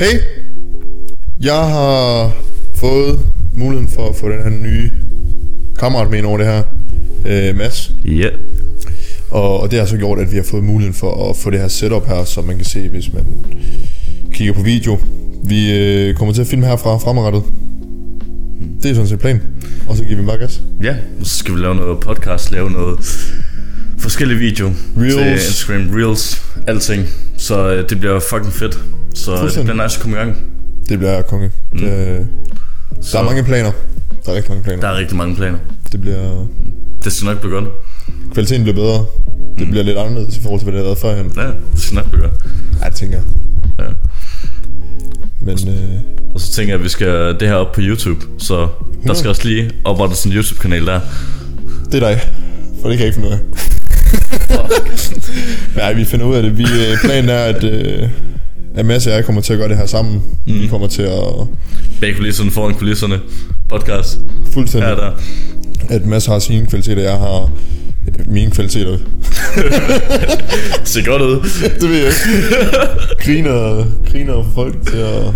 Hey, jeg har fået muligheden for at få den her nye kammerat med ind over det her, øh, Mads. Ja. Og, og det har så gjort, at vi har fået muligheden for at få det her setup her, som man kan se, hvis man kigger på video. Vi øh, kommer til at filme herfra fremadrettet. Det er sådan set planen. Og så giver vi bare gas. Ja, så skal vi lave noget podcast, lave noget forskellige video. Til Reels. Instagram, Reels, alting. Så øh, det bliver fucking fedt. Så øh, det Fuldstændig. bliver nice at komme i gang. Det bliver konge. Mm. Det, Så der er mange planer. Der er rigtig mange planer. der er rigtig mange planer. Det bliver... Det skal nok blive godt. Kvaliteten bliver bedre. Det bliver lidt anderledes i forhold til, hvad det har været førhen. Ja, det skal nok blive godt. Ja, det tænker jeg. Ja. Men øh, Og så tænker jeg, at vi skal det her op på YouTube. Så der skal også lige oprettes en YouTube-kanal der. det er dig. For det kan jeg ikke finde ud af. Nej, vi finder ud af det. Vi, øh, planen er, at, øh, at Mads og jeg kommer til at gøre det her sammen. Mm. Vi kommer til at Bag kulisserne, foran kulisserne. Podcast. fuldstændig... Her Ja, og der. at Mads har sine kvaliteter, jeg har øh, mine kvaliteter. Det ser godt ud. det ved jeg ikke. griner, griner og får folk til at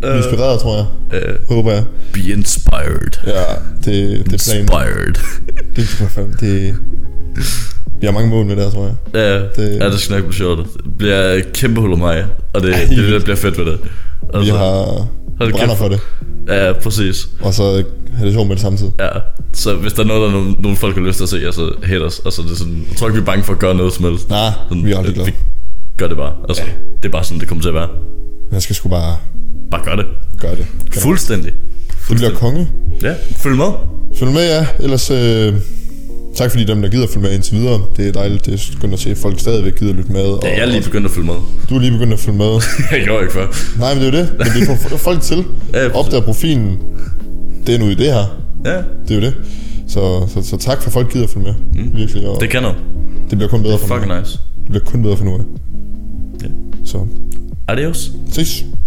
blive inspireret, tror jeg. Øh, Håber jeg. be inspired. Ja, det, det er planen. Inspired. Det er fandme, det... Vi har mange mål med det her, tror jeg. Ja, Det- det, ja, det skal nok blive sjovt. Det bliver et kæmpe hul om mig, og det, det, er det, der bliver fedt ved det. Vi Altså, har... Hold brænder kæft. for det. Ja, præcis. Og så have det sjovt med det samtidig. Ja. Så hvis der er noget, der er nogen, nogen folk har lyst til at se, altså hate os. Altså, det er sådan, jeg tror ikke, vi er bange for at gøre noget som helst. Nej, Sådan, øh, vi er aldrig glade. Vi gør det bare. Altså, ja. det er bare sådan, det kommer til at være. Man skal sgu bare Bare gør det. gøre det. Kan man- Fuldstændig. Det bliver konge. Ja, følg med. Følg med, ja. Ellers... Øh, tak fordi dem, der gider følge med indtil videre. Det er dejligt. Det er skønt at se, at folk stadigvæk gider lytte med. Og, Ja, jeg er lige begyndt at følge med. Du er lige begyndt at følge med. jeg gjorde ikke før. Nej, men det er jo det. Men det får folk til. Ja, præcis. Opdager profilen. Det er nu i det her. Ja, Det er jo det. Så, så, så tak for, at folk gider følge med. Mm. Virkelig. Og det kan noget. det bliver kun bedre for nu. Fucking nice. Det bliver kun bedre for nu af. Ja. Så Adios. ses.